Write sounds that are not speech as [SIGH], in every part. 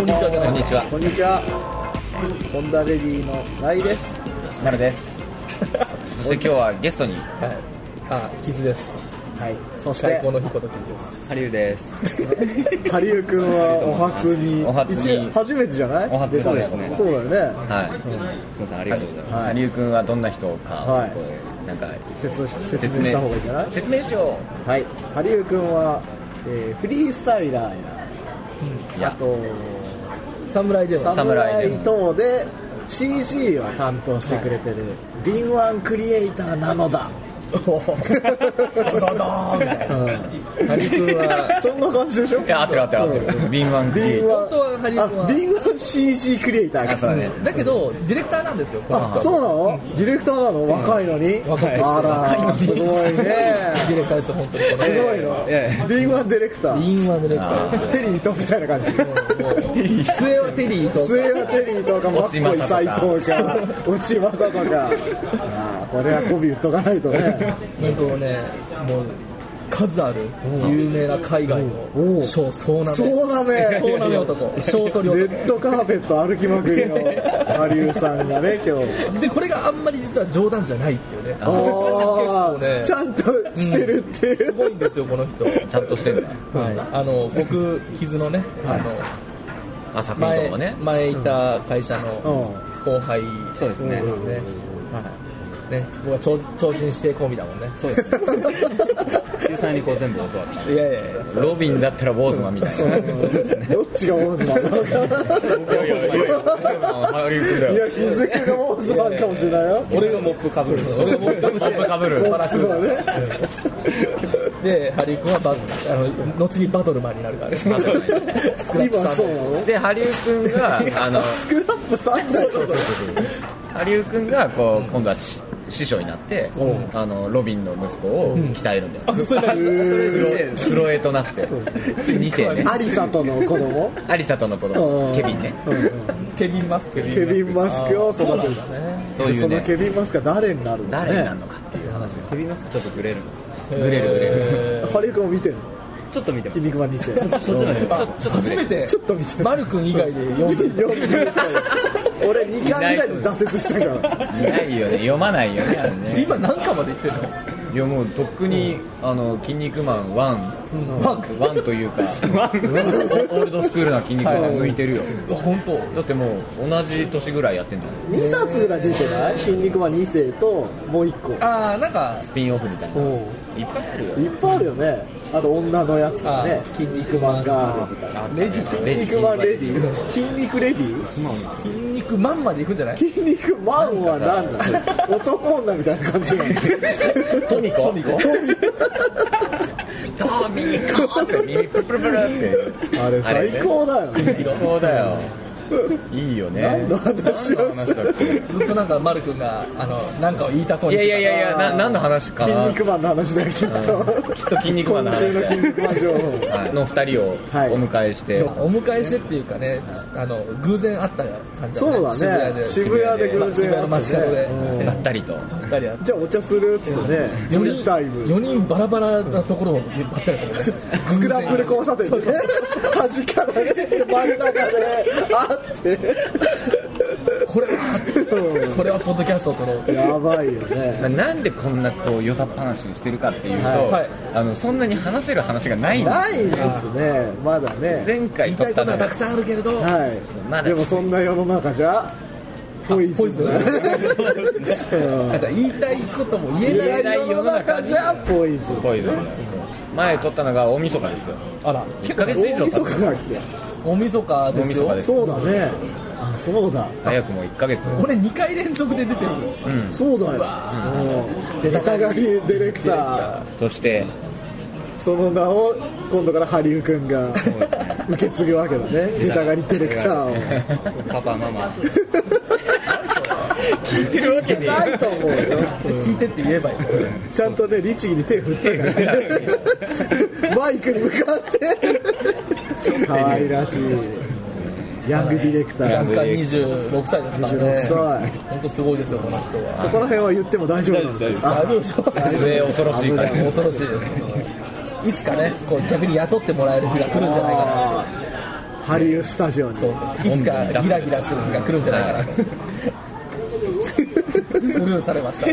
ちはこんにちは。ホンダレディのライです。マルですそして今日はゲストにはい、あ、キズです。はい。そし最て高の日ことキズです。ハリウですハリウ君はお初にお初に一応初めてじゃない？お初出たのそうですねそうだよね。はい、すみませんありがとうございます、はいハリウ君はどんな人か、はいこうなんか説明し説明した方がいいんじゃない？説明しよはい。ハリウ君は、えーフリースタイラーやういやあと侍では、サムラ侍イで等で CG を担当してくれてる敏腕クリエイターなのだ。 [LAUGHS] ハリ君は、そんな感じでしょ？いや合ってる合ってる合ってる敏腕クリエイター [LAUGHS] 本当はハリウ君はあ敏腕 CG クリエイターあそうだねだけど、ディレクターなんですよ、このあ、人。そうなのディレクターなの若いのに若いあら、すごいね。ディレクターですよ、本当に。こすごいいやいの。敏腕ディレクタれー。敏腕ディレクターですよ。テリー伊藤みたいな感じ。末はテリーと末はテリーとか、マッコイ斎藤か、内正とか。あーこれは媚び売っとかないとね。本当ねもう数ある有名な海外おうのショー総なめそうなめ。総なめ男ショートレリ男ッドカーペット歩きまくりのハリウさんがね、今日。でこれがあんまり実は冗談じゃないっていうね結あ構ーねちゃんとしてるっていすごう。いんですよこの人ちゃんとしてるんだはい、あの僕、傷のね、あのあ作品と前かね前いた会社のう後輩そうですねですねはいね僕は超超人指定コンビだもんね、そうですね中さんにこう全部教わっいやいやいや、たロビンだったらボーズマンみたいな [LAUGHS] ど [LAUGHS] っちがオーズマンなのか。いやいやいやハリウ君い [LAUGHS] だよや、日付がオーズマンかもしれないよ。俺がモップかぶる、俺がモ [LAUGHS] ップモップかぶるバラクそうだーね。で、ハリー君はバあの後にバトルマンになるからね、スクラップ今さんそうなのでハリウ君があのスクラップ3台とかハリウ君がこう今度はし師匠になってあのロビンの息子を鍛えるんだよ、あそれ何クロエとなって2世ねアリサとの子供アリサとの子う供んケビンねうんうんケビン・マスク、ケビン・マスクを育てるあーそうなんだねそういうそのねケビン・マスクは誰になるの誰になるねのかっていう話ですケビンマスクちょっとグレるんですグレるグレるハリウ君を見てるのちょっと見てま筋肉マン2世初めてちょっと見てる [LAUGHS] マル君以外で読んで読んでましたよ俺2巻ぐらいで挫折したからいないよね読まないよねあれね今何巻までいってんのいやもうとっくに「あの筋肉マン1」ワンワンというかオールドスクールな筋肉マンが向いてるよ本当だってもう同じ年ぐらいやってんだよ2冊ぐらい出てない筋肉マン2世ともう1個ああなんかスピンオフみたいなおういっぱいあるよいっぱいあるよねあと女のやつとかねあー筋肉マンガールみたいなレディ筋肉マンレディ筋肉レディ筋肉マンまでいくんじゃない筋肉マンは何なの男女みたいな感じなのトミコトミコトミコって耳プルプルプルってあれ最高だよね最高だよいいよね何の話をして何の話だっけずっとなんかマル君があのなんかを言いたそういにやいやいややいやな何の話か筋な肉マンの話だよきっときっと筋肉マンの今週話の筋肉マン情報はいの二人をおはい迎えしてお迎えしてっていうかねあの偶然会った感じだそうねだね渋谷で偶然渋谷の街角でうんばったりとばったり会ってじゃあお茶するっつってねテ4ィータイ人ム四人バラバラなところをばったり会ってスクランブル交差点でね端からね真ん中でこれはこれはポッドキャストを撮ろうあってやばいよねまあなんでこんなこうよたっ話をしてるかっていうと、はいあのそんなに話せる話がないんでないですねまだね前言回いた撮いったことのよはたくさんあるけれどまはだいでもそんな世の中じゃポイズンポイズンあじゃあ言いたいことも言え言なえいない世の中じゃポイズンぽいぞ前撮ったのが大晦日ですよあら1ヶ月以大晦上経っ日だっけ大晦日大です晦日よですそうだねあそうだ早くも1ヶ月俺2回連続で出てるようんそうだようん出たがりディレクターそしてその名を今度から羽生君がそうですね受け継ぐわけだね出たがりディレクターをパパママ聞いてるわけねないと思うよ聞いてって言えばいいちゃんとね律儀に手振ったからねマイクに向かって可愛らしいヤングディレクタ若ー干26歳ですから26ね歳本当すごいですよこの人そはこら辺は言っても大丈夫なんですよ大丈夫でしょ末恐ろしいから恐ろしいですいつかねこう逆に雇ってもらえる日が来るんじゃないかなあハリウスタジオにそうそういつかギラギラする日が来るんじゃないかなとスルーされました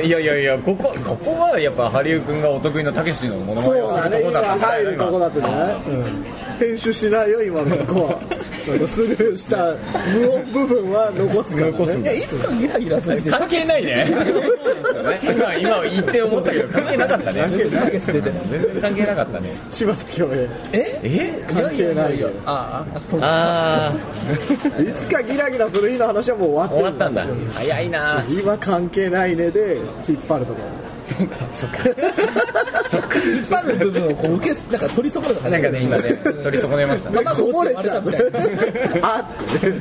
いやいやいやここここはやっぱハリウ君がお得意のたけしのモノマネそうをすだるとねこ今だった入るとこだったじゃない、うん編集しないよ今のとこはなんかスルーした無音部分は残すから、ね、残すんだいつかギラギラする日関係ないね今今言って思ったけど関係なかったねたけし出てる全然関係なかったね柴田恭平ええ関係ないよああそうかあいつかギラギラする日の話はもうあ終終わわっってたるんだ早いな今関係ないねで引っ張るとか引っ張る部分をこう受けなんか取り損ねたなんかね今ね取り損ねましたね卵こぼ落れちちて割れゃたうみたいなあってね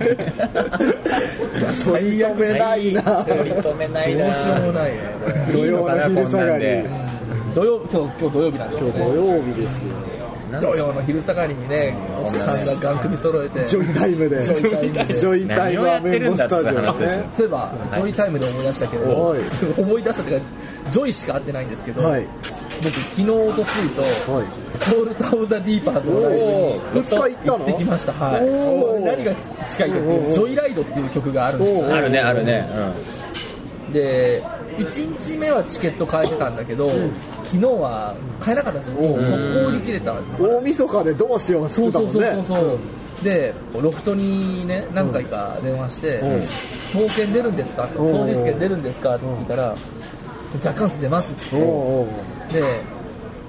取り留めないな取り留めないどなうしようもないねこれ土曜の昼下がり土曜今日今日土曜日なんです今よ日土曜日ですよ土曜の昼下がりにねおっさんがガン首揃えてジそうョイタイムでジョイタイムでョイタイムアメンボスタジオ何をやってるねんだって話ですよいえばジョイタイムで思い出したけどはい思い出したっていうかジョイしか会ってないんですけどはい僕昨日おとついとはいコールタウザディーパーズのライブに二日行ったの行ってきましたはいおー何が近いかっていうとジョイライドっていう曲があるんですよあるねあるねで1日目はチケット買えてたんだけど、昨日は買えなかったんですよ、もう速攻売り切れた、大晦日でどうしようっつそっうてたそもうんそうそうねそう、でロフトにね何回か電話して、うん当券出るんですかとうん当日券出るんですかって聞いたら、若干数出ますっておうおうで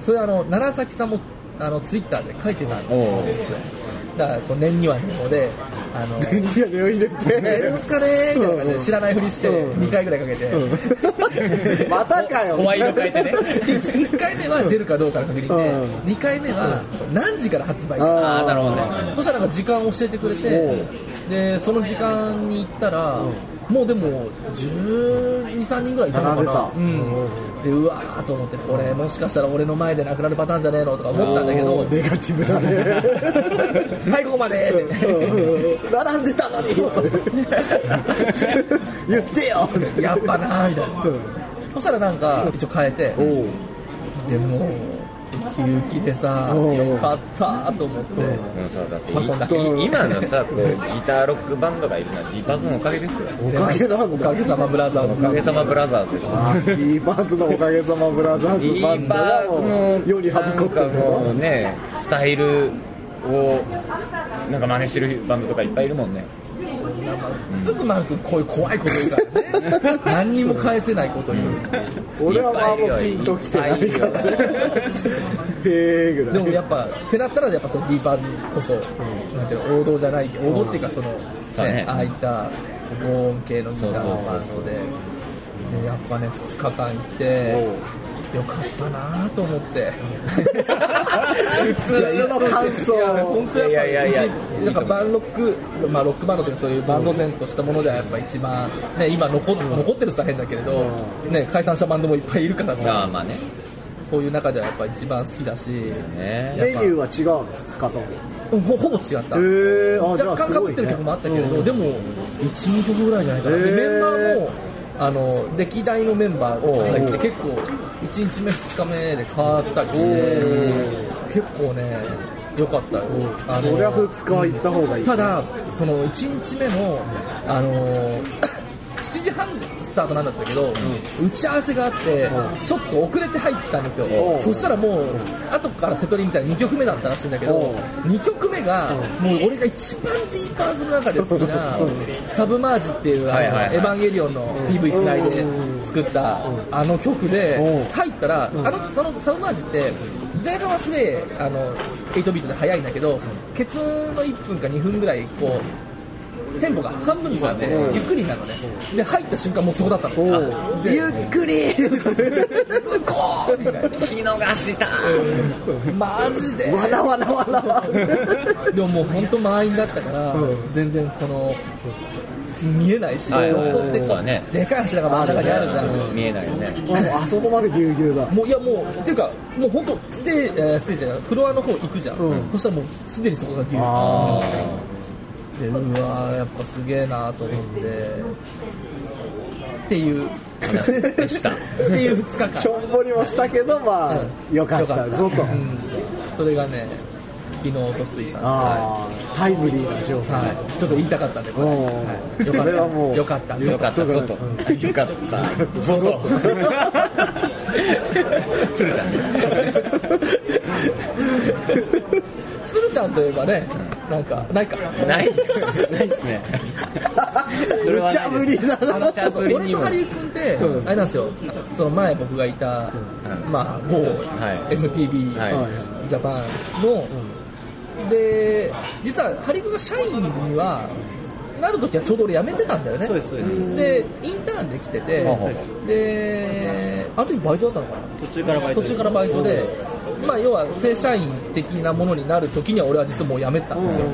それあの楢崎さんもあのツイッターで書いてたんですよだからこう年には年後で [LAUGHS] あの電気屋根を入れ出るんてすかねみたいな感うじんで知らないふりしてうん2回ぐらいかけて、 [LAUGHS] [LAUGHS] またかよ怖い色変えてね [LAUGHS] 1回目は出るかどうかの確認で、うん2回目は何時から発売かああなるほどそしたらなんか時間を教えてくれおてうでその時間に行ったら、もうでも1 2 3人ぐらいいたの並んかでたな、うん、でうわーと思ってこれもしかしたら俺の前でなくなるパターンじゃねえのとか思ったんだけおどうネガティブだねはいここまでって並んでたのに [LAUGHS] 言ってよやっぱなーみたいな、そしたらなんか一応変えて、おうでもウキウキでさうんよかったーと思って、うんそうだってまあ本当い今のさこうギターロックバンドがいるのはディーパーズのおかげですよおかげなんおだかげさまブラザーズおかげさままブラザーズですあディーバーズのおかげさまブラザーリズバンードバはーズもうの世にはびこってるなんかものうねスタイルをなんか真似してるバンドとかいっぱいいるもんねすぐマー君こういう怖いこと言うからね何にも返せないこと言う俺はまあもうピンときてないからねいっぱいいるよへえぐらい [LAUGHS] でもやっぱってなったらやっぱそのディーパーズこそ、なんていうの王道じゃない王道っていうかその、そうねねああいった防音系のギターのバンそドででやっぱね2日間行ってよかったなと思って [LAUGHS] 普通の感想いや本当やっぱりいやいやいや一なんかバンロック、まあ、ロックバンドというかそういうバンド前としたものではやっぱ一番、ね、今残っ残ってるさ変だけれど、ね、解散したバンドもいっぱいいるからまさあまあねそういう中ではやっぱ一番好きだしねメニューは違うの2日ともうんほほぼ違っへた。えあじゃ若あ干すかごぶいってる曲もあったけれど、ねでも12曲ぐらいじゃないかな、でへーメンバーもあの歴代のメンバーが入って結構1日目2日目で変わったりして結構ね良かったよあのそりゃ2日は行った方がいいただその1日目のあの [COUGHS] 7時半スタートなんだったけど、打ち合わせがあって、うちょっと遅れて入ったんですよ、うんそしたらもう、後から瀬戸りみたいな2曲目だったらしいんだけど、うん2曲目が、もう俺が一番ディーパーズの中で好きなう「サブマージ」っていう「あのはいはいはいエヴァンゲリオン」の PV つないうでん作ったあの曲でうん入ったらあんのそのサブマージって前半はすげえあの8ビートで速いんだけどケツの1分か2分ぐらいこうテンポが半分になってうんゆっくりになるのねで入った瞬間もうそこだったのおうあでゆっく [LAUGHS] りすごーみたいな聞き逃したマジでわらわら [LAUGHS] わらわでももう本当満員だったから、うん全然その見えないし、はいロフトってそうこだう、ねでかい柱が真ん中にあるじゃん。見えないよねああそこまでぎゅうぎゅうだもういやもうっていうかもう本当ステージ、えーステージじゃないフロアの方行くじゃん、うんそしたらもうすでにそこがギュあッでうわーやっぱすげえなーと思ってっていう話でしたっていう2日間しょんぼりもしたけどまあよかったぞとうんそれがね昨日落とついたはああタイムリーな情い、報はい、ちょっと言いたかったんでこれ、おーはい、これはもうよかったよよかかっったたぞとうんよかったぞと鶴ちゃんね鶴ちゃんといえばねなんかないかないないですねそれ無は茶なぶいでりすだなちゃんと俺とハリウ君って、うんあれなんですよその前僕がいた、まあ某はい MTV、はいジャパンの、で実はハリウ君が社員にはなるときはちょうど俺辞めてたんだよねそうですそうですでインターンで来ててほうほであの時バイトだったのか途中からバなイト途で中からバイトで、まあ、要は正社員的なものになるときには俺は実はもう辞めてたんですよ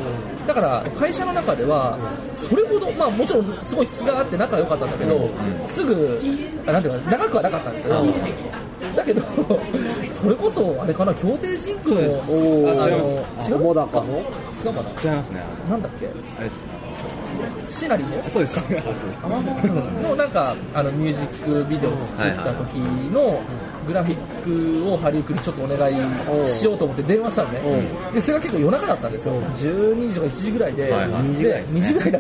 だから会社の中ではそれほど、まあ、もちろんすごい気があって仲良かったんだけど、すぐあなんていうか長くはなかったんですよ、だけどそれこそあれかな協定人口そのあ違いのます違う桃高の違うかな違いますねなんだっけあれですシナリオそうですのなんかあのミュージックビデオを作った時のグラフィックをハリウッドにちょっとお願いしようと思って電話したのねでそれが結構夜中だったんですよ12時とか1時ぐらいでではいはい2時ぐら [LAUGHS] いだ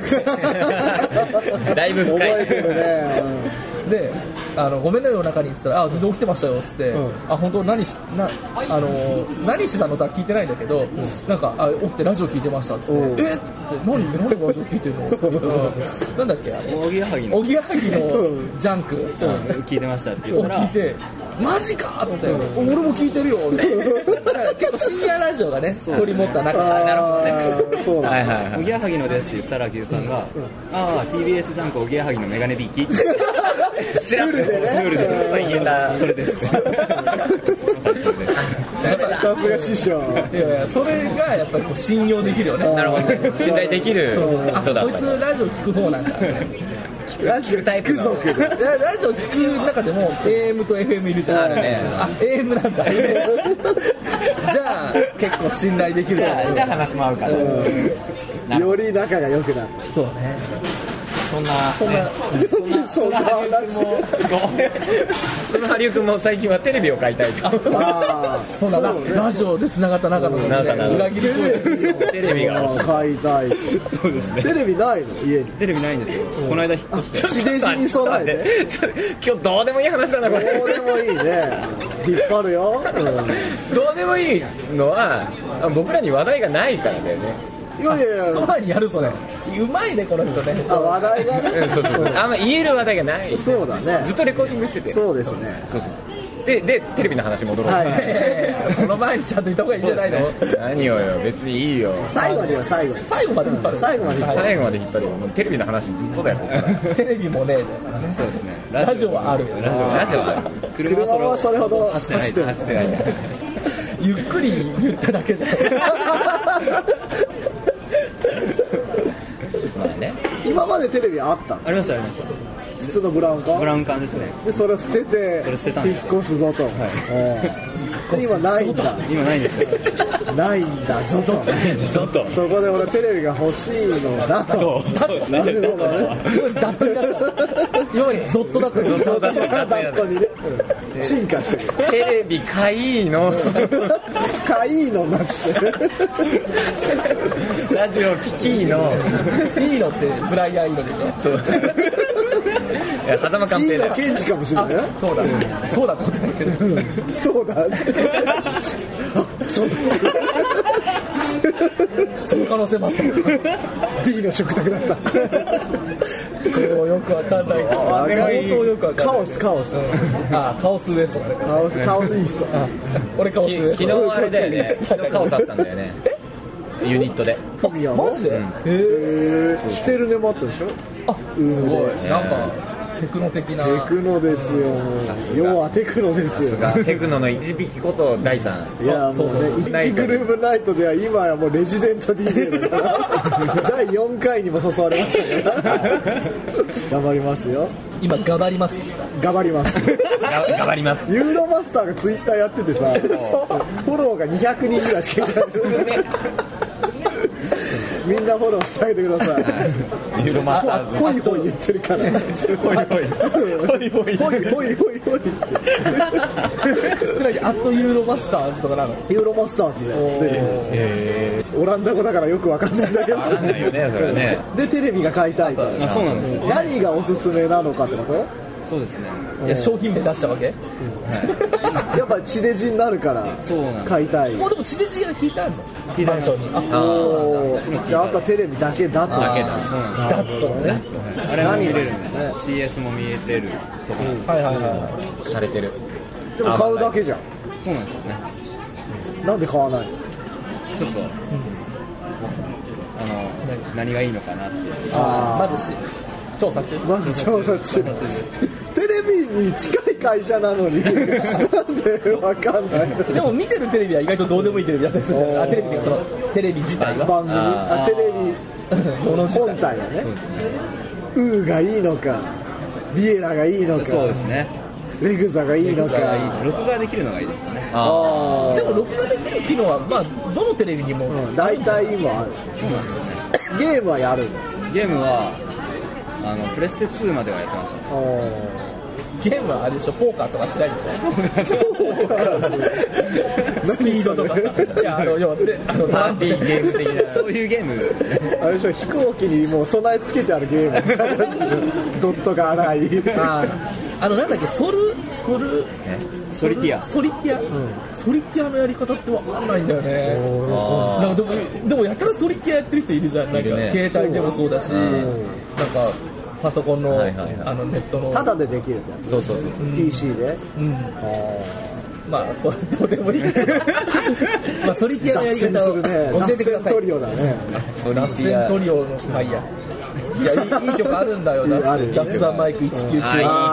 っただいぶ深い覚えてるねであの「ごめんね夜中に」っつったら「あ全然起きてましたよ」っつって「うんあ本当何しなあの何してたの?」とは聞いてないんだけど、なんかあ「起きてラジオ聞いてました」っつっておう「えっ?」つって「何何ラジオ聞いてるの?」って言ったらなんだっけあれおぎやはぎのおぎやはぎうのジャンク聞いてましたって言をった聞いらてマジかと思って、俺も聞いてるよみたいなだから結構深夜ラジオがね取り持った中でああそうはいだはいはおいぎやはぎのですって言ったら、牛さんが、ああ、TBS ジャンクおぎやはぎのメガネビーキって、知らんルールでねルールでうんまあいいんだそれです。さすが師匠いやいやそれがやっぱりこう信用できるよねなるほ信頼できるあ人だこっいたつラジオ聞く方なんだラジオ聞く族でララジオ聞く中でも AM と FM いるじゃんあるねあ AM なんだじゃあ結構信頼できるよじゃあ話も合うからより仲が良くなっそうねそんな、そんなたよくそんな話そのハリウ君も最近はテレビを買いたいとああそんなラ,、ねジオで繋がった中の、ね仲が裏切りそうでテレビが欲しい買いたいそうですね。テレビないの家にテレビないんですよ。この間引っ越して。地デジに備えてちょっと今日どうでもいい話だなこれどうでもいいね引っ張るよ、うんどうでもいいのは僕らに話題がないからだよねいやいやいそのや前にやるそれうまいねこの人ねあ話題がね、うんそうそうあんま言える話題がないずそうだねっとレコーディングしててそうですねそうそうででテレビの話戻ろう、 [LAUGHS] はいその前にちゃんと言った方がいいんじゃないの、何をよ別にいいよ最後には最後に最後まで引っ張る最後まで引っ張最後まで引っ張るよもうテレビの話ずっとだよここからテレビもねえだからねそうですね。ラジオはあるよラジオ、ラジオはある。車車ははそそれれほほどど走走っっててなないい。走ってないんだゆっくり言っただけじゃんまあね今までテレビあったのありました、ありました。普通のブラウンブ管ラウン管ですね。でそれを捨ててそれ捨てたん引でっすよ越すぞと、うんで今ないんだ [LAUGHS] 今ないんですよ。ないんだぞとちょっと。そこで俺テレビが欲しいのだとなるほどね [LAUGHS] ダッとになった今までゾッとだったけどゾッとだったにね、うん進化してるテレビかい [LAUGHS] いのかいいのなしてラジオ聞きいのいいのってブライアン・イーノでしょそういや狭間寛いい平だのよケンジかもしれないよだ、そうだってことないけどそうだねあそうだその可能性もあった D の食卓だったもうよくわかんないけどあ相当よくわかんカないオスカオスあカオスウエストだねカオスカオスイーストあ俺カオスきウエス昨ト日あれだよね昨日カオスあったんだよねユニットでフミヤのマジで、うんへええーしてるねもあったでしょあすごいなんかテクノ的なテクノですよ要はテクノですよがテクノの一匹こと第三いやもうねそう一そうナ気イトグにルーヴナイトでは今やもうレジデント DJ だから [LAUGHS] 第4回にも誘われましたから頑張りますよ今ガバります頑張りますが頑張りますユーロマスターがツイッターやっててさフォローが200人ぐらいしかいないみんなフォローしてあげてくださいユーロマスターズほいほい言ってるからほいほいほいほいほいほいほいほいってつなぎ、アットユーロマスターズとかなの。ユーロマスターズで出てくえるオランダ語だからよくわかんないんだけどーわかんないよねそれはねでテレビが買いたいとあそうなんです何がおすすめなのかってことそうですねいや、商品名出したわけやっぱ地デジになるからそうなんです買いたい [LAUGHS] もうでも地デジが引いてあるの引いてありまマンシすョンに。あ、おーじゃああとはテレビだけだとだけだそうなんでダッとかね。すあれも見れるんですね CS も見れてるとかはいはいはい。洒落てるでも買うだけじゃそうなんですよねんなんで買わないちょっとあの何がいいのかなってあーまずし、調査中。まず調査中テレビに近い会社なのになんでわかんないでも見てるテレビは意外とどうでもいいテレビだったりするんだよあ、テレビっていうか、その、テレビ自体が。番組ああーテレビもの自本体。体はねウーがいいのかビエラがいいのかそうですねレグザがいいのか録画できるのがいいですよねああでも、録画できる機能は、まあ、どのテレビにも。あ、うん、大体今あるそうなんですねゲームはやるゲームはあのプレステ2まではやってましのおゲームはあれでしょ、ポーカーとかしないでしょ。ースピードとかさ。いや、あの、要は、で、あの、パーティーゲーム的た [LAUGHS] そういうゲームですよねあれでしょ飛行機にもう備え付けてあるゲームみたいなやつドットが荒いああのなんだっけソルソルソリティアソリティア、ソリティアのやり方ってわかんないんだよねおーなんかでもでもやたらソリティアやってる人いるじゃんなんかいるね携帯でもそうだしなんかパソコンの,、はいはいはいあのネットのただでできるってやつそうそうそうそう PC でうんあーまあそうどうでもいい [LAUGHS] まあソリティアのや脱り線方すをるね教えてくだ脱線さいトリオだねソ脱線トリオのまあいいやいやいいいい曲あるんだよいい [LAUGHS] あダるよダス・ザ・マイク199あ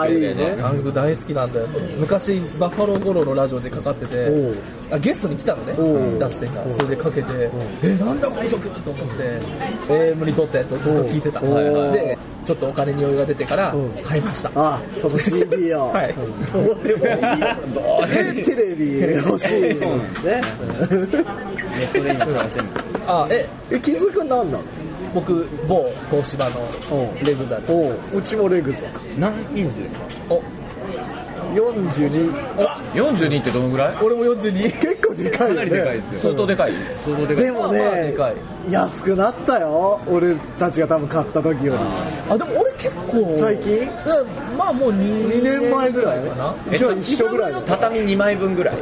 ああいいいいねねあの曲大好きなんだよ昔バッファロー五郎のラジオでかかってておうあゲストに来たのねおう脱線がそれでかけてえなんだこの曲と思って AM に撮ったやつをずっと聴いてたおうはいはいでちょっとお金に余裕が出てからうん買いましたあーその CD をはいどうでもいい [LAUGHS] よでテレビ欲しいねネットで今探してるんですあええ気づくんなんなの僕某東芝のレグザですおううちもレグザ何インチですかお42 42ってどのぐらい俺も42結構でかいかよなりでかいでねすよ相当でかい相当でかいでもまあまあねでか安くなったよ俺たちが多分買った時よあでも俺結構最近うんまあもう2り2年前ぐらいかなじゃあ一緒ぐらいだよ畳2枚分ぐらい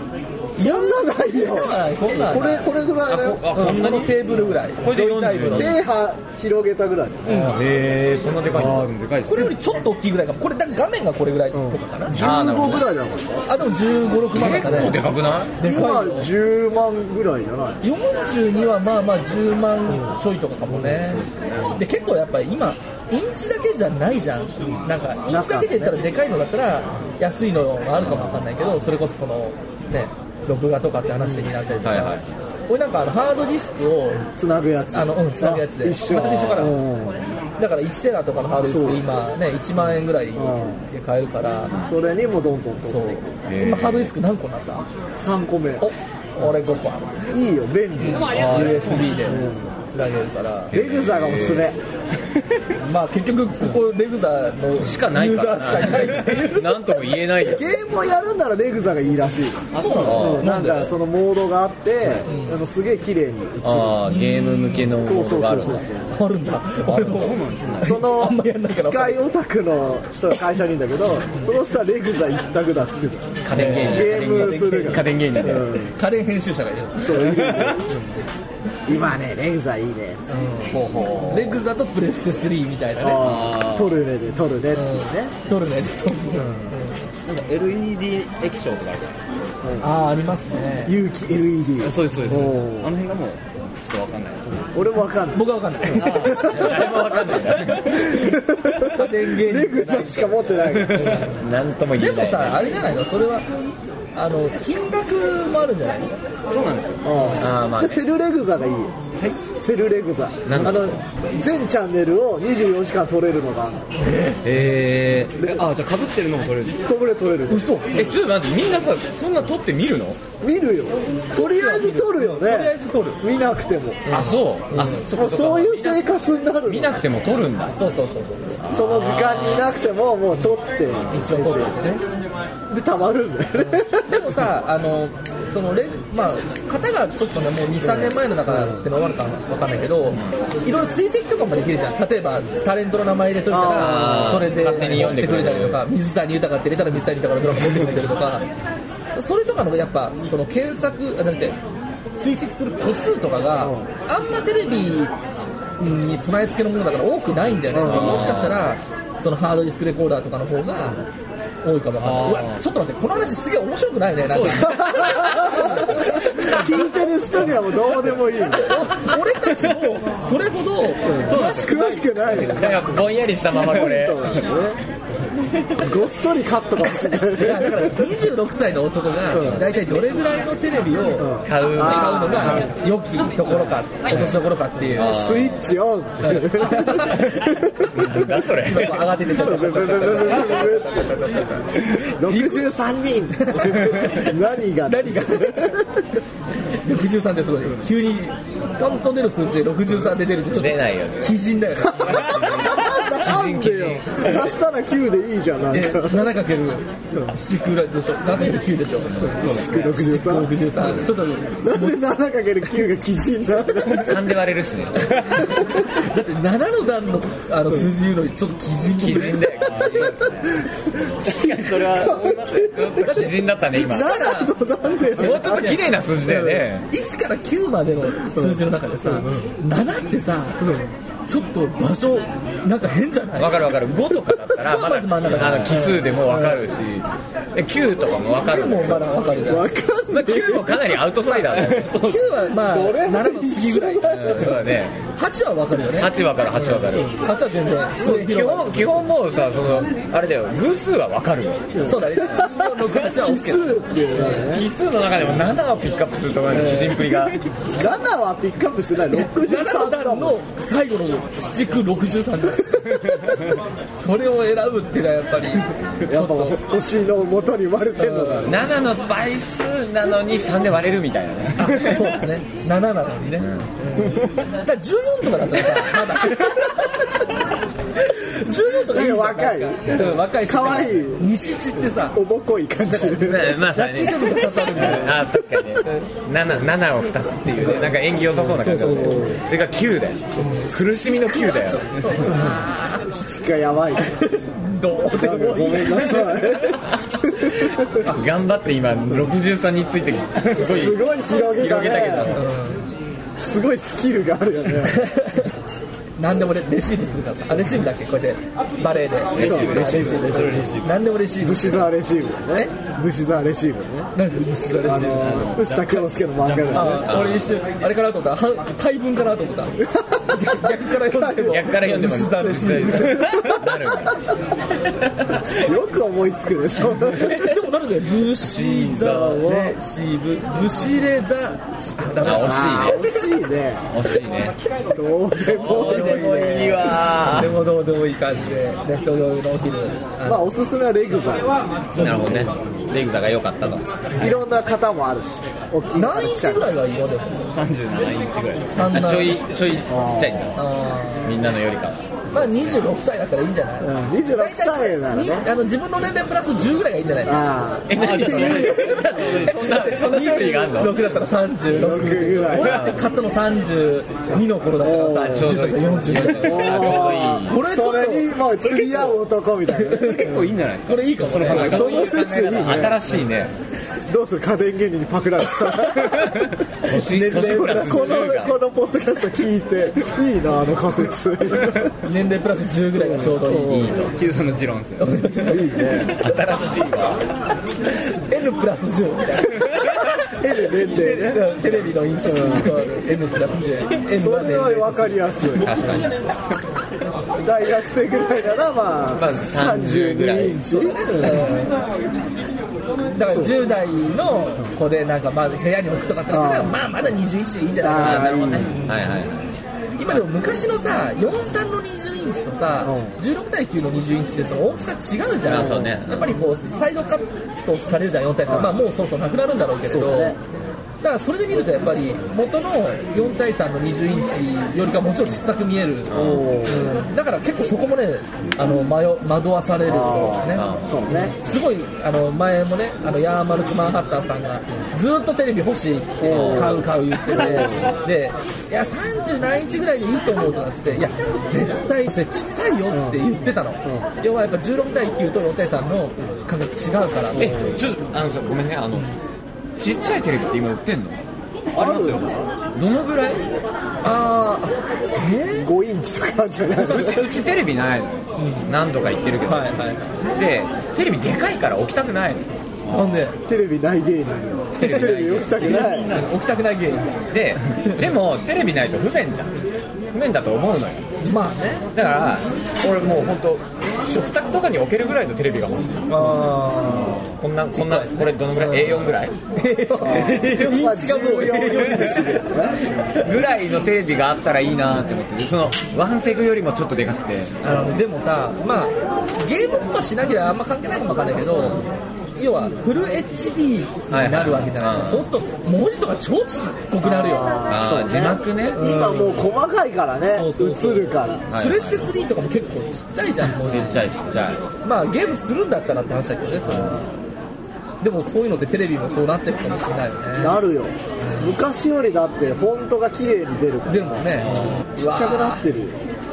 そんなないよそんなこれこれぐらいだよあこんなにテーブルぐらいこれでジョイタイプ40の手は広げたぐらいへえそんなでかいああでもでかいですこれよりちょっと大きいぐらいかもこれだ画面がこれぐらいとかかな、あーなるほ15どぐねらいだもんあでも1 5 6万だったねもうででかかくないい今よ10万ぐらいじゃない42はまあまあ10万ちょいとかかもね、で結構やっぱり今インチだけじゃないじゃんなんかインチだけで言ったらでかいのだったら安いのがあるかもわかんないけどそれこそそのね録画とかって話になったりとか、はいはい俺なんかあのハードディスクをつなぐやつあのうんつなぐやつであ一緒また一緒からうんだから1テラとかのハードディスクそう今ね1万円ぐらいで買えるからそれにもどんどんとそうへー今ハードディスク何個になった3個目お俺5個あるいいよ便利 USB でつなげるからレグザがおすすめまあ結局ここレグザのしかないユーかザらーしかいないっていうなんとも言えないよゲームをやるならレグザがいいらしいあそうなのあーなんかそのモードがあってあのすげえ綺麗に映るあーゲーム向けのもそうそのうがあそうるそんうだあるんだ俺もその [LAUGHS] あんまやんないから機械オタクの人が会社にいるんだけどその人はレグザ一択だっつって家電た芸ゲームする人か家電芸人らでうん家電編集者がいるそういいね今ねレグザいいねほうほレグザとプレステ3みたいなねあー撮るねで撮るねっていうね撮るね撮るねなんか LED 液晶とかあるじゃないですああありますね有機 LED かそうですそうですそうですおーあの辺がもうちょっとわかんないです俺もわかんない僕は分かんない誰もわかんないな家電芸人レグザしか持ってないからうなんとも言でえもないさあれじゃないのそれはあの金額もあるんじゃないのそうなんですよあーまあじゃあセルレグザがいいよセルレグザあなんだの全チャンネルを24時間撮れるのがあるえーえあじゃあかぶってるのも取れるのこれ撮れるの嘘えちょっと待ってみんなさそんな撮って見るの見るよとりあえず撮るよねとりあえず撮る見なくてもあそう、あそもうこそういう生活になるの見なくても撮るんだそうそうそうその時間にいなくてももう撮ってそう一応撮るわけねでたまるんだよねでもさ、あのそのレまあ、型がちょっとね、もう2、3年前の中ってのはあるかわかんないけど、いろいろ追跡とかもできるじゃん、例えばタレントの名前入れといたあら、ーそれで勝手にや読っんでてくくれれるたりとか、水谷豊って入れたら水谷豊のドラマ持ってくれたりとか、それとかのやっぱ、その検索、あなんて、追跡する個数とかが、あんまテレビに備え付けのものだから多くないんだよね、でもしかしたら、そのハードディスクレコーダーとかの方が多いかもわかんあーない。うわちょっと待って、この話すげえ面白くないね、なんか。聞いてる人にはもうどうでもいい俺たちもそれほど詳しくな詳いしくないよなんかぼんやりしたままこ [LAUGHS] れポイントなんだねごっそりカットかもしれないいやだから26歳の男が大体どれぐらいのテレビを買うの買うが良きところか落としどころかっていうスイッチオンなんだそれ今上がっててたブブブブブブブ63人何が何が63ですごい急にトントン出る数字で63で出るってちょっ出とないよね鬼人 [LAUGHS] だよねなんでよ足したら9でいいじゃんなんでか 7×7 くらいでしょ 7×9 でしょ63 63ちょっとなんで 7×9 が基準なんだ3で割れるしねだって7の段のあの数字言うのにちょっと鬼人基も人だよ確かにそれは思いますね基人だったね今7となんでもうちょっと綺麗な数字だよね1から9までの数字の中でさ、7ってさ、ちょっと場所なんか変じゃないわかるわかる5とかだったらまだまず真ん中だあの奇数でもわかるしえ9とかもわかる9もまだわかるじゃんわ9かんまあ9もかなりアウトサイダーだよねはまあどれも7の次ぐらい一緒だそうだね8はわかるよね8分かる8分かる8は全然すごい基広が本る基本もうさそのあれだよ偶数はわかるよそうだね468は奇 OK 数っていうのはね奇数の中でも7をピックアップするところに基人っぷりが7はピックアップしてない7の63だもん段の最後の7区63だそれを選ぶっていうのはやっぱりちやょっっぱと星の元に割れてんのが7の倍数なのに3で割れるみたいなねあ [LAUGHS] そうだね7なのにね、うんだから14とかだったらさまだ14とかいいじゃんなんか若いなんかうん若いし可愛い西地ってさおぼこい感じでまあさラッキーセブンが2つあるみたいなあ確かにね7 7を2つっていうねなんか縁起良さそうな感じなんですよそれが9だよ苦しみの9だよちょっ7かやばいとどうでなんかごもいいめんなさい頑張って今63についてすごいすごい広げた,、ね、広げたけどすごいスキルがあるよね何でもレレシーブするからさあレシーブだっけこうやってバレーでレシーブレシーブレシーブ何でもレシーブ武士沢レシーブだね武士沢レシーブね何それ虫だレあシーブの臼田恭介の漫画だよねあ俺一瞬あれかなと思った半大分かなと思った逆から読んでも逆から読んでも虫だレシーブなるよく思いつくねそんなでもなるで、ブシザレシブ、ブシレザ、あ、ダメだ。あ惜しいね惜しいねどうでも惜しいねいいねいわでもどうでもいい感じで、ネット上のお昼、まああのおすすめはレグザなるほどねレグザが良かったといろんな型もあるし大きい何インチぐらいが今でも37インチぐらいですあ三段ちょいちょいちっちゃいんだあみんなのよりかはーまあ26歳だったらいいんじゃないうん26歳なら大体にねあの自分の年齢プラス10ぐらいがいいんじゃないああえ何それそんなそんな種類があんの26だったら36でしょぐらい俺だって買ったの32の頃だからーさ、10とか40ぐらいだおからーこれちょっそとれにもう釣り合う男みたいな結構いいんじゃないですかこれいいかもね。その説いいね新しいねどうする家電芸人にパクられてさ年年プラスこ10がのこのポッドキャスト聞いていいなあの仮説年齢プラス10ぐらいがちょうどいい。 Q さんの持論ですよね新しいわ N プラス10みたいな。絵で年齢ねテレビのインチ数イコール N プラス J。N そはれは分かりやすい確かに大学生ぐらいならまあまあ30ぐらい32インチだから10代の子でなんかまあ部屋に置くとかってなったらあーまあまだ21でいいんじゃないかあなあいいはいはい今でも昔のさ43の20インインチとさ、う16対9の20インチってその大きさ違うじゃあん、そうねやっぱりこうサイドカットされるじゃん、4対3、まあ、もうそろそろなくなるんだろうけれそど、うだねだからそれで見ると、やっぱり元の4対3の20インチよりかもちろん小さく見える、おーだから結構そこもね、あの迷惑わされるところだあねー。そうねすごいあの前もねあのヤーマルクマンハッタンさんがずーっとテレビ欲しいって買う買う言っててでいや30何インチぐらいでいいと思うとかっつっていや絶対それ小さいよって言ってたの要はやっぱ16対9と6対3の感覚違うからえちょっとあのさごめんねあのちっちゃいテレビって今売ってんのありますよどのぐらいああえ5インチとかあるんじゃないうちうちテレビないの、何度か行ってるけーど、はいはいでテレビでかいから置きたくないのなんでテレビない芸人テレビ起きたくない置きたくない芸人ででもテレビないと不便じゃん不便だと思うのよ [LAUGHS] まあねだから俺もう本当食卓とかに置けるぐらいのテレビが欲しいあこんなこんなこれどのぐらい A4 ぐらいまあー認知がもう重要4インチだよぐらいのテレビがあったらいいなって思ってそのワンセグよりもちょっとでかくてあのでもさ、まあ、ゲームとかしなければあんま関係ないかもわかんないけど、要はフル HD になるわけじゃないではすか、そうすると文字とか超ちっこくなるよ、あそうーね字幕ねな今もう細かいからねそうそうそう映るからはいプレステ3とかも結構ちっちゃいじゃん、文字ちっちゃいちっちゃいまあ、ゲームするんだったらって話だけどね、それはでもそういうのってテレビもそうなってるかもしれないよね、なるよ昔よりだってフォントが綺麗に出るからでもね、ちっちゃくなってるよ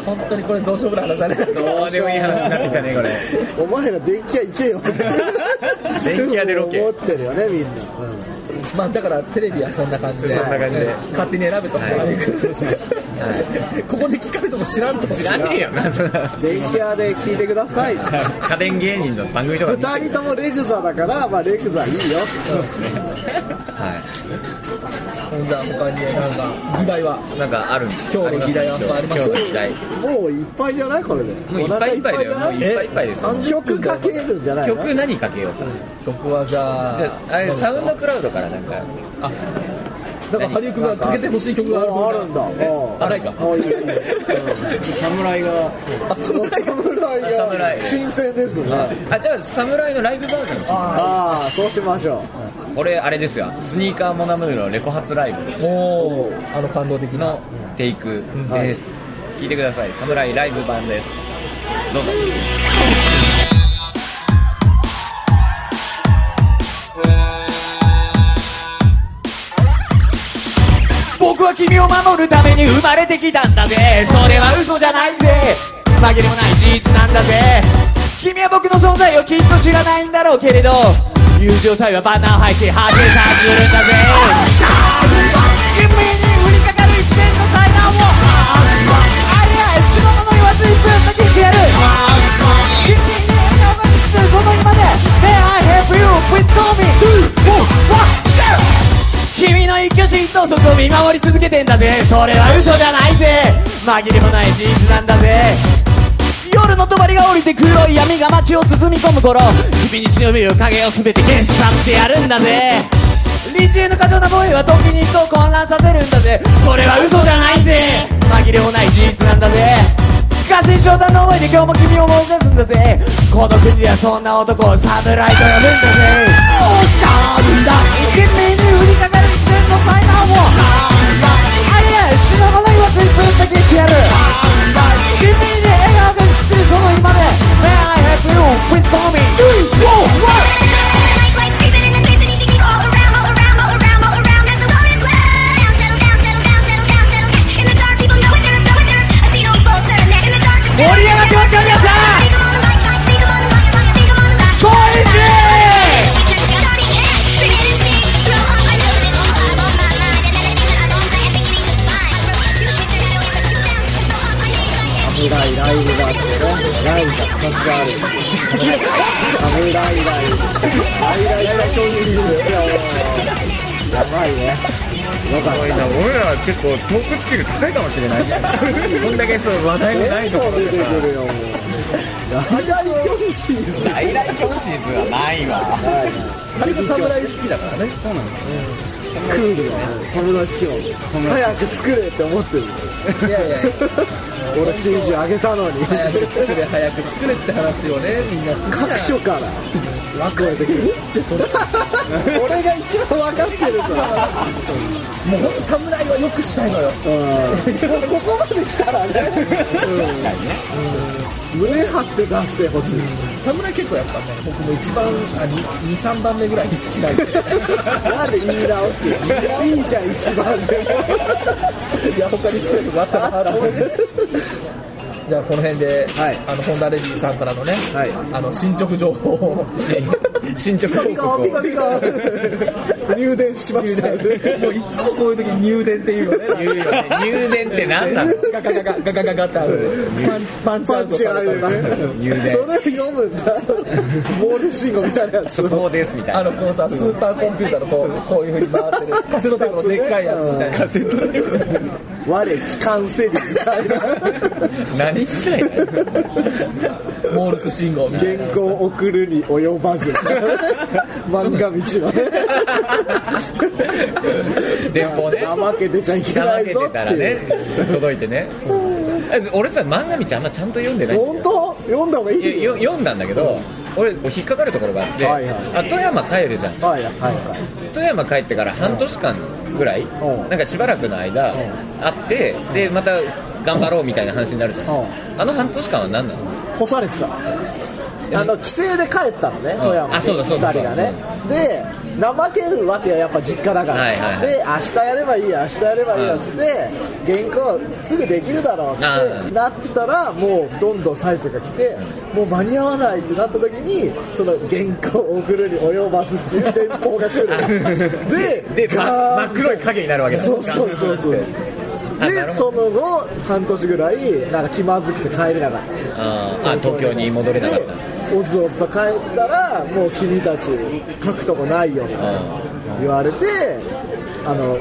本当にこれ、どうしようもない話だね。どうでもいい話になってきたねこれお前ら電気屋行けよ [LAUGHS] 電気屋でロケ思ってるよねみんな、うんまあ、だからテレビはそんな感じでそんな感じでね勝手に選べと、ここで聞かれても知らんと知らねえよなそんな電気屋で聞いてください家電芸人の番組とか見て2人ともレグザだから、まあ、レグザいいよはじゃあ他になんか議題はいなんかあるんです今日の議題はあります今日の議題もういっぱいじゃないこれでもういっぱいいっぱいだよおも腹ういっぱいいっぱいいっぱいですよじゃない曲かけるんじゃないの曲何かけようか曲はじゃあじゃああれサウンドクラウドからなんかあだからハリウッドがかけてほしい曲がああるるんんだだあるんだおうあないかおうい [LAUGHS] いよいいよ侍があそおの侍 [LAUGHS] が侍新鮮ですねあじゃあ侍のライブバージョああそうしましょンこれあれですよスニーカーモナムーのレコ発ライブおおあの感動的なテイクです、聞いてください侍ライブ版ですどうぞ僕は君を守るために生まれてきたんだぜそれは嘘じゃないぜ紛れもない事実なんだぜ君は僕の存在をきっと知らないんだろうけれど友情さえはバナーを配し派生させるんだぜ君に降りかかる一連の災難をありゃ仕事の言わずにぶんだけ消える君に笑顔が映るその今まで Hey I have you with me 君の一挙手一投足を見守り続けてんだぜそれは嘘じゃないぜ紛れもない事実なんだぜ夜の帳が降りて黒い闇が街を包み込む頃君に忍びを影を全て消し去ってやるんだぜ理智への過剰な防衛は時に人を混乱させるんだぜそれは嘘じゃないぜ紛れもない事実なんだぜ過信昇胆の思いで今日も君を思い出すんだぜこの国ではそんな男を侍と呼ぶんだぜんだ君に降りかかる自然の災難をあいえ死なないわずいぶんだけ消える君に笑顔が映るその今まで May I have you with Tommy What do you have to do with yourself? トイジう侍ライブがあってねライブが2つある侍ライブ侍ライブが表現するよやばいねよかった俺ら結構トークスキル高いかもしれないこんだけそう話題がないところ出でてくるよもう外来拒否シーズン在来教師はないわハリウッド侍好きだからねクールだね侍好きなの早く作れって思ってるいやいやいや俺 CG あげたのに早く作れ早く作れって話をねみんなするじゃん各所から聞こえてくるってそれ俺が一番分かってるからもう本当侍はよくしたいのようんここまで来たらねうん胸張って出してほしい侍結構やっぱね僕も一番あ23番目ぐらいに好きなんでなんで言い直すよいいじゃん一番でもいや他にそういうのがあったらあら [LAUGHS] じゃあこの辺で、はいあのホンダレディさんからのね、はいあの進捗情報を [LAUGHS] 進捗報ピカピカピカ入電しましたもういつもこういう時に入電っていうよね入電って何なのガガガガガガガガってあるパンチパンチパアウントチさあれるたね入電それ読むんだモール信号みたいなやつそこですみたあいなのこうさスーパーコンピューターのこうこういう風に回ってるカセットテープのでっかいやつみたいなカセットテープ我機関セリみたいな何したいのモールス信号みたいな原稿送るに及ばず漫画道は電報ね怠けてちゃいけな怠いけぞてったてらいねう届いてねえ俺さ漫画道あんまちゃんと読んでないんだよ本当読んだ方がいいいやよ読んだんだけど、俺引っかかるところがあって、はいはいあ富山帰るじゃんはいはいはい富山帰ってから半年間ぐらい、うんなんかしばらくの間、会ってでまた頑張ろうみたいな話になるじゃん、うんあの半年間は何なの干されてたあの帰省で帰ったのね富山にあそうだそうだ二人がねで怠けるわけよやっぱ実家だから、はいはいはいで明日やればいいや明日やればいいやっつって、原稿すぐできるだろうっつあってーなってたらもうどんどんサイズが来てもう間に合わないってなった時にその原稿を送るに及ばずっていう電報が来 [LAUGHS] るでで、まガーン真っ黒い影になるわけだそうそうそうそうあなでるほその後半年ぐらいなんか気まずくて帰れなかったあーあ東京に戻れなかったでおずおずと帰ったらもう君たち書くとこないよみたいな言われてあの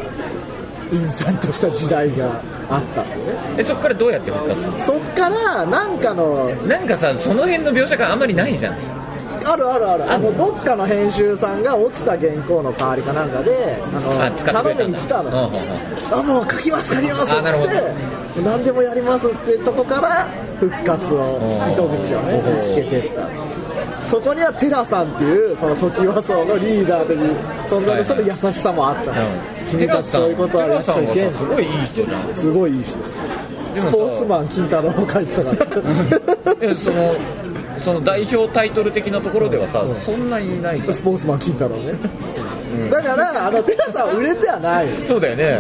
陰惨とした時代があったのねえそっからどうやって復活するそっからなんかののなんかさその辺の描写があんまりないじゃんあるあるあるあのどっかの編集さんが落ちた原稿の代わりかなんかであのあ使ってく頼れたんみだに来たのうんうんうんあもう書きます書きますあなるほどって何でもやりますってとこから復活を糸口をねおー見つけてったそこにはテラさんっていうその時和層のリーダー的存在の人の優しさもあったの、君たちそういうことはやっちゃいけんテラさんはさすごいいい人じゃんすごいいい人でもスさポーツマン金太郎を書いてた [LAUGHS] かえそのその代表タイトル的なところではさ、そんなにいないじゃらスポーツマン金太郎ね、だからあのテラさんは売れてはないんそうだよね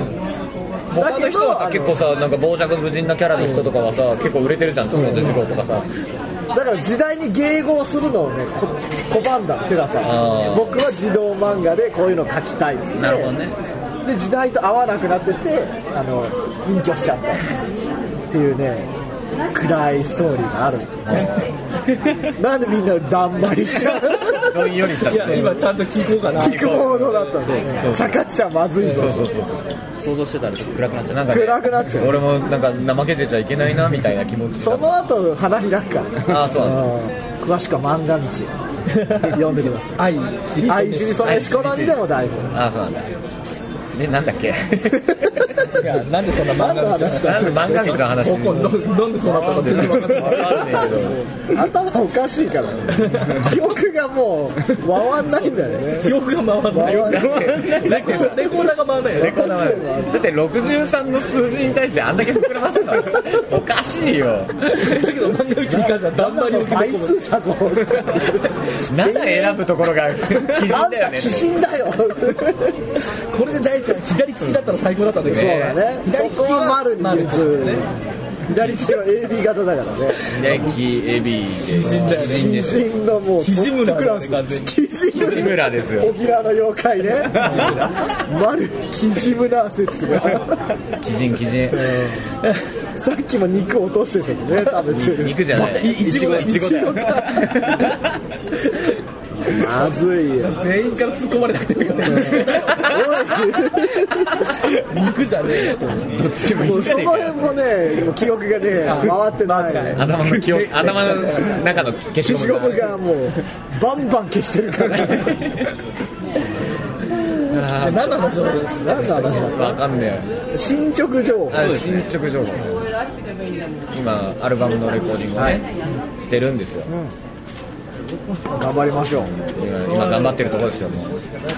他の人はさだけ結ど構さなんか傍若無人なキャラの人とかはさ、結構売れてるじゃん角辻郎とかさ、だから時代に迎合するのをねこ拒んだのテラさんあー僕は児童漫画でこういうの書きたいっつってなるほどねで時代と合わなくなっててあの隠居しちゃったっていうね暗いストーリーがあるね [LAUGHS] なんでみんなだんまりしち [LAUGHS] ゃうどんよりしたいや今ちゃんと聞こうかな聞くものだったねちゃかしちゃまずいぞそうそうそう想像してたらちょっと暗くなっちゃうなんか、ね、暗くなっちゃう俺もなんか怠けてちゃいけないなみたいな気持ちその後花開くからねああそうなんだうん詳しくは漫画道読んでください愛知り愛知りそめしころにでも大丈夫ああそうなんだねなんだっけいやなんでそんな漫何の画見ちゃう話だなんで漫画道の話にのどなんでそんなこと全然分かんないわかんないけど頭おかしいからね記憶がもう回んないんだよ [LAUGHS] ね記憶が回んな回いんないレコレコーダーが回んないよこんなもんだって63の数字に対してあんだけ膨らませたのおかしいよだけど漫画打ちに関してはだんまりを聞倍いて数だぞ7選ぶところが基準あんだよたね鬼神だよそうこれで大ちゃん左利きだったら最高だったんだけどだねそこは丸に丸譲る左利きは AB 型だからねネキエビで鬼神だよね鬼神のもう鬼神ト村ップクラだスね完全に鬼志神村ですよ小倉の妖怪ね丸鬼神村説が基人基人さっきも肉落としてたしね食べてる肉じゃないいいちごだいちごだよいちごかまずいよ全員から突っ込まれなくてもいいよね [LAUGHS] 肉じゃね [LAUGHS] えよどっちでももいういじゃそねえのか辺もね、もう記憶がね、回ってない。頭の記憶頭の中の消し消しゴゴムムががもう、バンバン消してるから。で何の話をしてた何の話だっわかんねた進捗情報えあ進捗情報今アルバムのレコーディングをねしてるんですよ頑張りましょう今今頑張ってるところですよも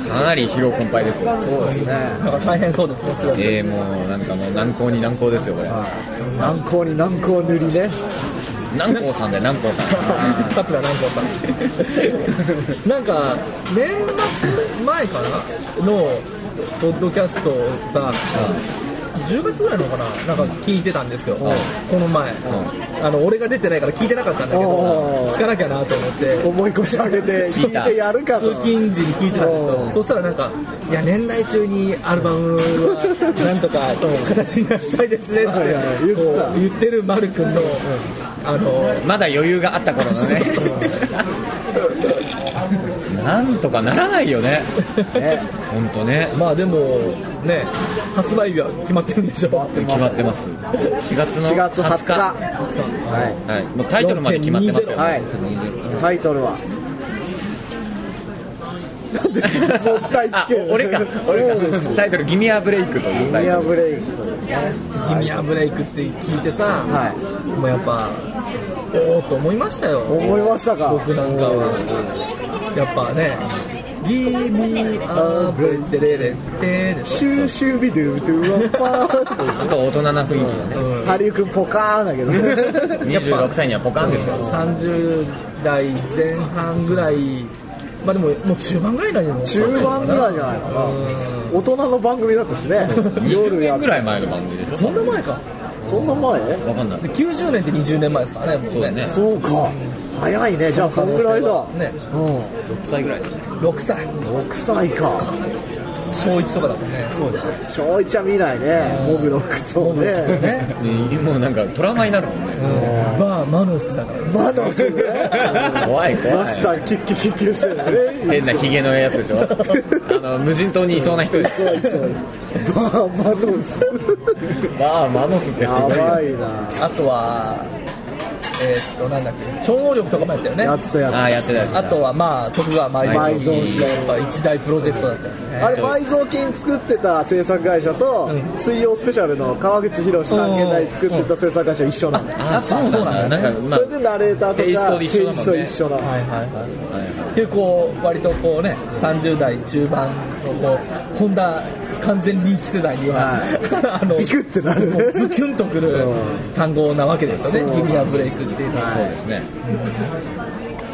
うかなり疲労困憊ですよそうですねなんか大変そうですねすごくえー、もうなんかもう難航に難航ですよこれ軟膏に軟膏塗りね南光さんだよ南光さん桂南光さん [LAUGHS] なんか年末前かなのポッドキャストをさ、10月ぐらいのかななんか聞いてたんですよ、この前、あの俺が出てないから聞いてなかったんだけおどう聞かなきゃなと思って思い越し上げて聞いてやるかと通勤時に聞いてたんですおようそしたらなんか「いや年内中にアルバムはなんとか形にはしたいですね」ってはいはい言ってたこう言ってる丸くんのあのまだ余裕があった [LAUGHS] 頃のねなんとかならないよねね本当ねまあでもね発売日は決まってるんでしょ決まってます4月の4月20日ははい、もうタイトルまで決まってますよ、い、はい、タイトルはなんでもったいあつけるお俺かそう俺でかすタイトル「ギミアブレイク」というタイミトアルブレイクというね「君はブレイク」って聞いてさ、はもうやっぱおおと思いましたいよ思いましたか僕なんかはやっぱね「ギミアブレイク」てれれってでしシューシュービドゥドゥワッパーちょっと大人な雰囲気だねょ、うんハリウ君ポカーンだけど [LAUGHS] ね26歳にはポカンですよ30代前半ぐらいまあでももう中盤ぐらいなんじゃない中盤ぐらいじゃないかな大人の番組だったしね20夜やっ年ぐらい前の番組ですそんな前かそんな前わかんないで90年って20年前ですからねもうねそうねそうか早いねじゃあそんぐらいだねうん6歳ぐらいですね6歳6歳か小1とかだもんねそうです小一は見ないねモブロックそうねねうんもうなんかトラウマになるもんねバーマノスだからマドスね怖い怖マスタいーキッキキッキしてるね変なヒゲのやつでしょあの無人島にいそうな人ですそうそうバーマドスバーマノスってやすごばいいなあとは、えーっと、なんだっけ、超能力とかもやったよね。やつとやああやってたやつあとは、まあ、徳川埋蔵金埋蔵金やっぱ一大プロジェクトだったよね。あれ埋蔵金作ってた制作会社と、水曜スペシャルの川口博探検隊作ってた制作会社一緒なの、あそうなんだなんかまあそれでナレーターとかテイスト一緒だもテイんねスト一緒なの、はいはいはい。はいはいっていう、こう、割とこうね、30代中盤の、こう、ホンダ完全リーチ世代には、 [LAUGHS] あの、ビクってなるねもうズキュンとくる単語なわけですよね。そギうミアブレイクっていうのは。そうですね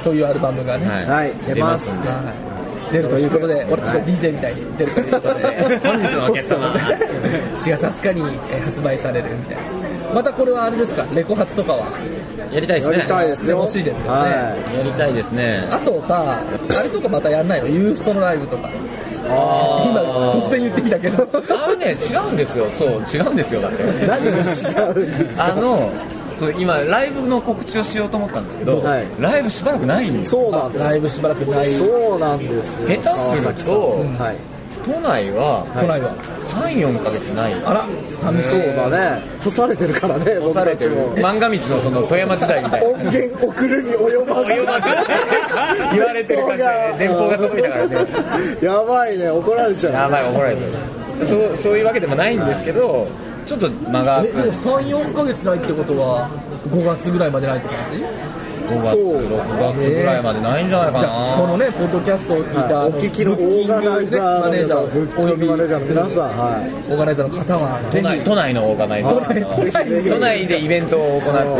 というアルバムがね。はいはい出ます出はい出るということで、俺たちが DJ みたいに出るということ [LAUGHS] で、本日のお客様 [LAUGHS] 4月20日にえー発売されるみたいなまたこれはあれですかレコ発とかはやりたいですやねりたいですよ欲しいですよねはやりたいですねあとさあれとかまたやんないのユーストのライブとかあ今突然言ってきたけどあのね違うんですよそう違うんですよだってい、何が違うんですかあのそう今ライブの告知をしようと思ったんですけど、はいライブしばらくないんですよそうなんです [LAUGHS] ライブしばらくない都そうなんですよ下手すると川崎さんはい、都内は内は34ヶ月ないあら寂しそいうだね干されてるからね僕たちも漫画道のその富山時代みたいな音源送るに及ばず及ばず [LAUGHS] 言われてる感じで [LAUGHS] 電報が届いたからねやばいね怒られちゃやうばい怒られてるそうそういうわけでもないんですけどちょっと間がえ空でもく34ヶ月ないってことは5月ぐらいまでないって感じ5月そう6月ぐらいまでないんじゃないかじなゃあこのねポッドキャストを聞いたあおの聞きのオブッキーングガナイザーマのネ皆ージさャんブーおッキンよグびマネージャーの皆さん、オはーガナイザーの方は都内都内のオーガナイザー都内都内都内都内でイベントを行っ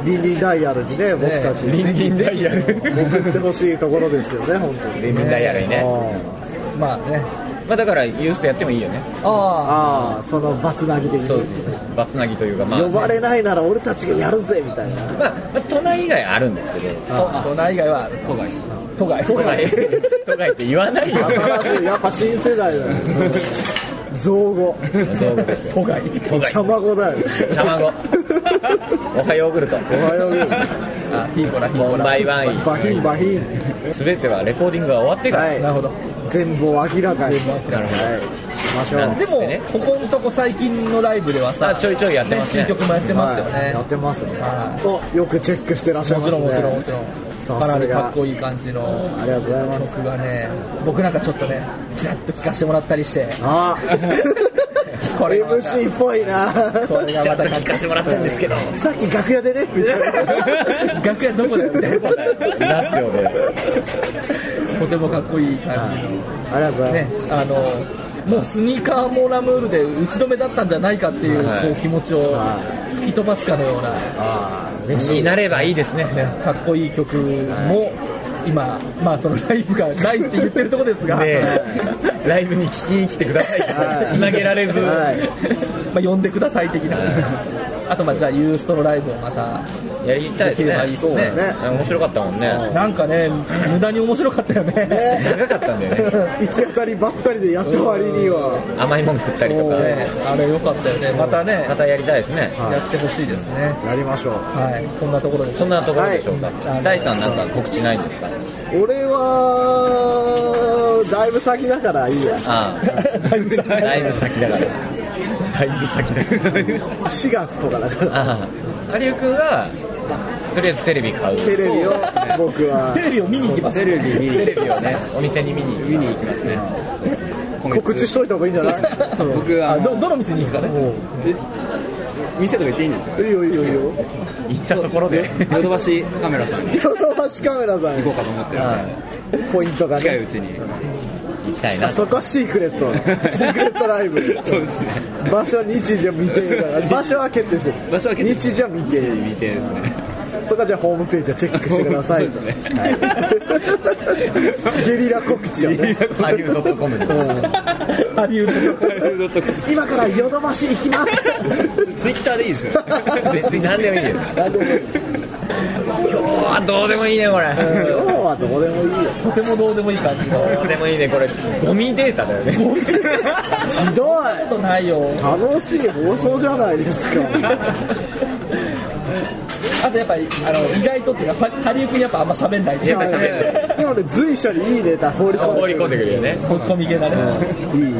ていい、リるンリンダイヤルにね僕たちリンリンダイヤル送ってほしいところですよね本当にリンリンダイヤルにねあまあねまあだからユースとやってもいいよねああそのバツなぎ的にバツナギというかまあ呼ばれないなら俺たちがやるぜみたいなまあまあ都内以外あるんですけどあ都内以外は都外都外都外 [LAUGHS] 都外って言わないよ新しいやっぱ新世代だよ造語都外都茶外まごだよ茶まごおはヨーグルトおはようあヒーコラヒーボコンラバイワインバヒンバヒン全てはレコーディングが終わってからはいなるほど全貌を明らかに全貌を明らかにはいしましょうなんでもでねここのとこ最近のライブではさあちょいちょいやってますね新曲もやってますよはいねやってますねはおよくチェックしてらっしゃいまもすちねろんもちろんもちろさすがんかなりかっこいい感じのありがとうございます曲がね僕なんかちょっとねちらっと聴かせてもらった [LAUGHS] りしてあこれ MC っぽいなこれがまたかっこいいしてもらったんですけどさっき楽屋でねみたいな [LAUGHS] 楽屋どこだよみたいなラジオでとてもかっこいい感じのありがとうございねます、あのもうスニーカーもラムールで打ち止めだったんじゃないかっていう,、はいこう気持ちをは吹き飛ばすかのような、ああ嬉しにいなればいいですねね、かっこいい曲も今、まあ、そのライブがないって言ってるとこですが、でライブに聞きに来てくだ [LAUGHS] さいはいつなげられずはい [LAUGHS] まあ、呼んでください的な、あとまあじゃあユーストのライブをまたやりたいできればいいでですすねねねあ面白かったもんねなんかね無駄に面白かったよね長かったんだよ [LAUGHS] ね行き当たりばったりでやった割には甘いもん食ったりとかねねあれ良かったよねまたねまたやりたいですねはいやってほしいですねやりましょうはいそんなところでそんなところでしょうかはい大さんなんか告知ないんですか俺はだいぶ先だからいいやああだいぶ先だからだいぶ先だから4月とかだからああ有吉君がとりあえずテレビ買うテレビを僕はテレビを見に行きますテレビ見にテレビをねお店に見に行く見に行きますね今月告知しといた方がいいんじゃない僕はあどどの店に行くかね店とか行っていいんですよいいよいいよいいよ行ったところでヨドバシカメラさんに行ヨドバシカメラさんこうかと思ってるポイントが近いねうちに行き [LAUGHS] たいなあそこはシークレ [LAUGHS] ットシークレットライブそうですね場所は日時は未定だ [LAUGHS] から場所は決定してる場所は決定日時は未定見てですねそこはじゃあホームページをチェックしてくださいそうですはいゲリラ告知をねハリウッドコムにハリウッド今からヨドバシ行 [LAUGHS] きますツイッターでいいですよ [LAUGHS] 別に何でもいいよ何でもいい今日はどうでもいいねこれ今日はどうでもいいよとてもどうでもいい感じのどうでもいいねこれゴミデータだよねひどいことないよ楽しい放送じゃないですかあとやっぱりあの意外とっていうかハハリウッドにやっぱあんま喋んないっていうやっぱ喋るでもね随所にいいネタ放り込んで放り込んでくるよねぶっ込み系だねいいいい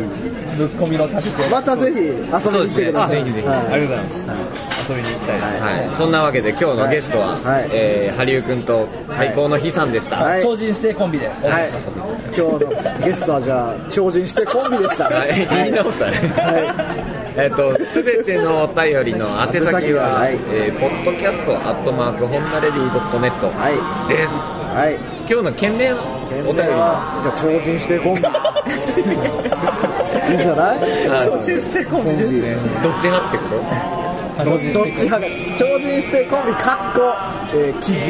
ぶっ込みの立ててまたぜひ遊びに来てくださいそうですねあぜひぜひはいありがとうございます遊びに行きたいですはいそんなわけで今日のゲストは、はいえー、ハリウ君と開口の日さんでした、はい超人してコンビでおは願いいしました、、今日のゲストはじゃあ超人してコンビでした。はい言い直したね、えっと、すべてのお便りの宛宛先先はは、はいえー、ポッドキャストアットマークホンダレディドットネットはです。はい、はい、今日の件名の件お名便りは、はじゃあ超人してコンビ。いいんじゃない？超人してコンビね。どっちがってこどとどっち派が超人してコンビかっこ、えー、傷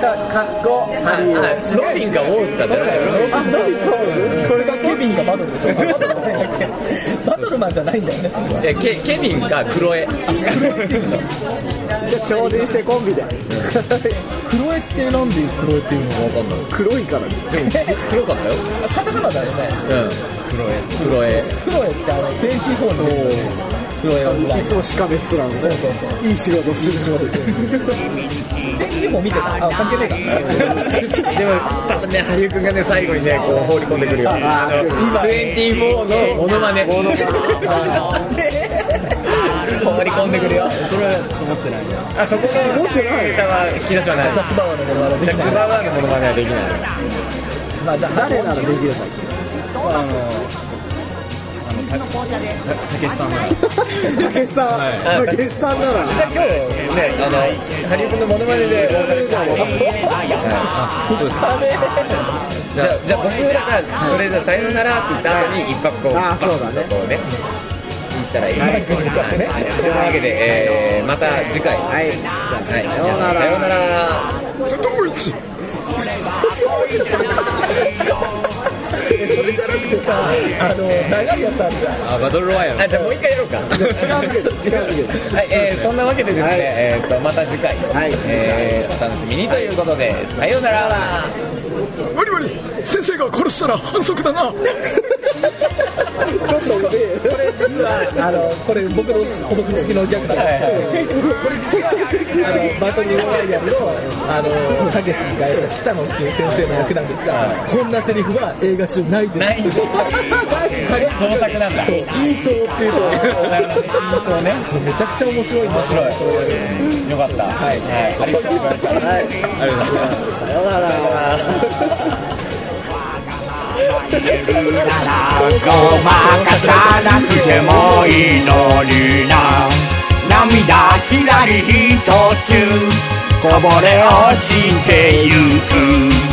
かかっこハリあー。ロビンが王子だね。あ、のび太王子それがケビンがバトルでしょバトルマンだっけ [LAUGHS] バトルマンじゃないんだよねえケケビンがクロエ。じゃあ超人してコンビで。クロエってなんでクロエっていうのわかんない。黒いからね。黒かったよ。 [LAUGHS] カタカナだよねうん。クロエ。クロエってあの24のやつねクロエオブライいつもしかめっ面なんですそうよ。そうそういい仕事する仕事する。天気も見てたあ関係ね [LAUGHS] えでかも多分ねハリウ君がね最後にねこう放り込んでくるよ。ああの24のモノマネ。モノマネ。放り込んでくるよ。それは持ってない。あそこが持ってない歌は引き出しはない。ジャック・バワーのものまねでジャッきなクいバワーのモノマネはできない。まあじゃあ誰ならできるか。たけしさんはたけしさん、たけしさんなら。じゃあ今日ねあのハリウ君のモノマネでお別れしたいと思います。そうですか。じゃあじゃあ僕らがそれじゃさようならって言った後に一発こう。あーそうだねこうね。言ったらいい。はい。というわけで、えー、また次回。はい。はい、さようならさようなら。それじゃなくてさあの長いやつあるじゃんあ、バトルロワイヤル。あ、じゃあもう一回やろうか。違うけど、違うけど。はい、えー、そんなわけでですはね、いえーと、また次回、はいえー、お楽しみにということで、さようなら。無理無理先生が殺したら反則だなこれ実はあのこれ僕の補足付きのギャグなんですけどこれ実はあのバートニー・オライアンのあのたけしがやった北野っていう先生の役なんですがこんなセリフは映画中ないですないんだ創創作なんだそう言いそうっていうとなるほどね言いそうねめちゃくちゃ面白いんですよよかったはいありがとうございましたはいありがとうございましたさようならごまかさなくてもいいのにな涙きらりひとつこぼれ落ちてゆく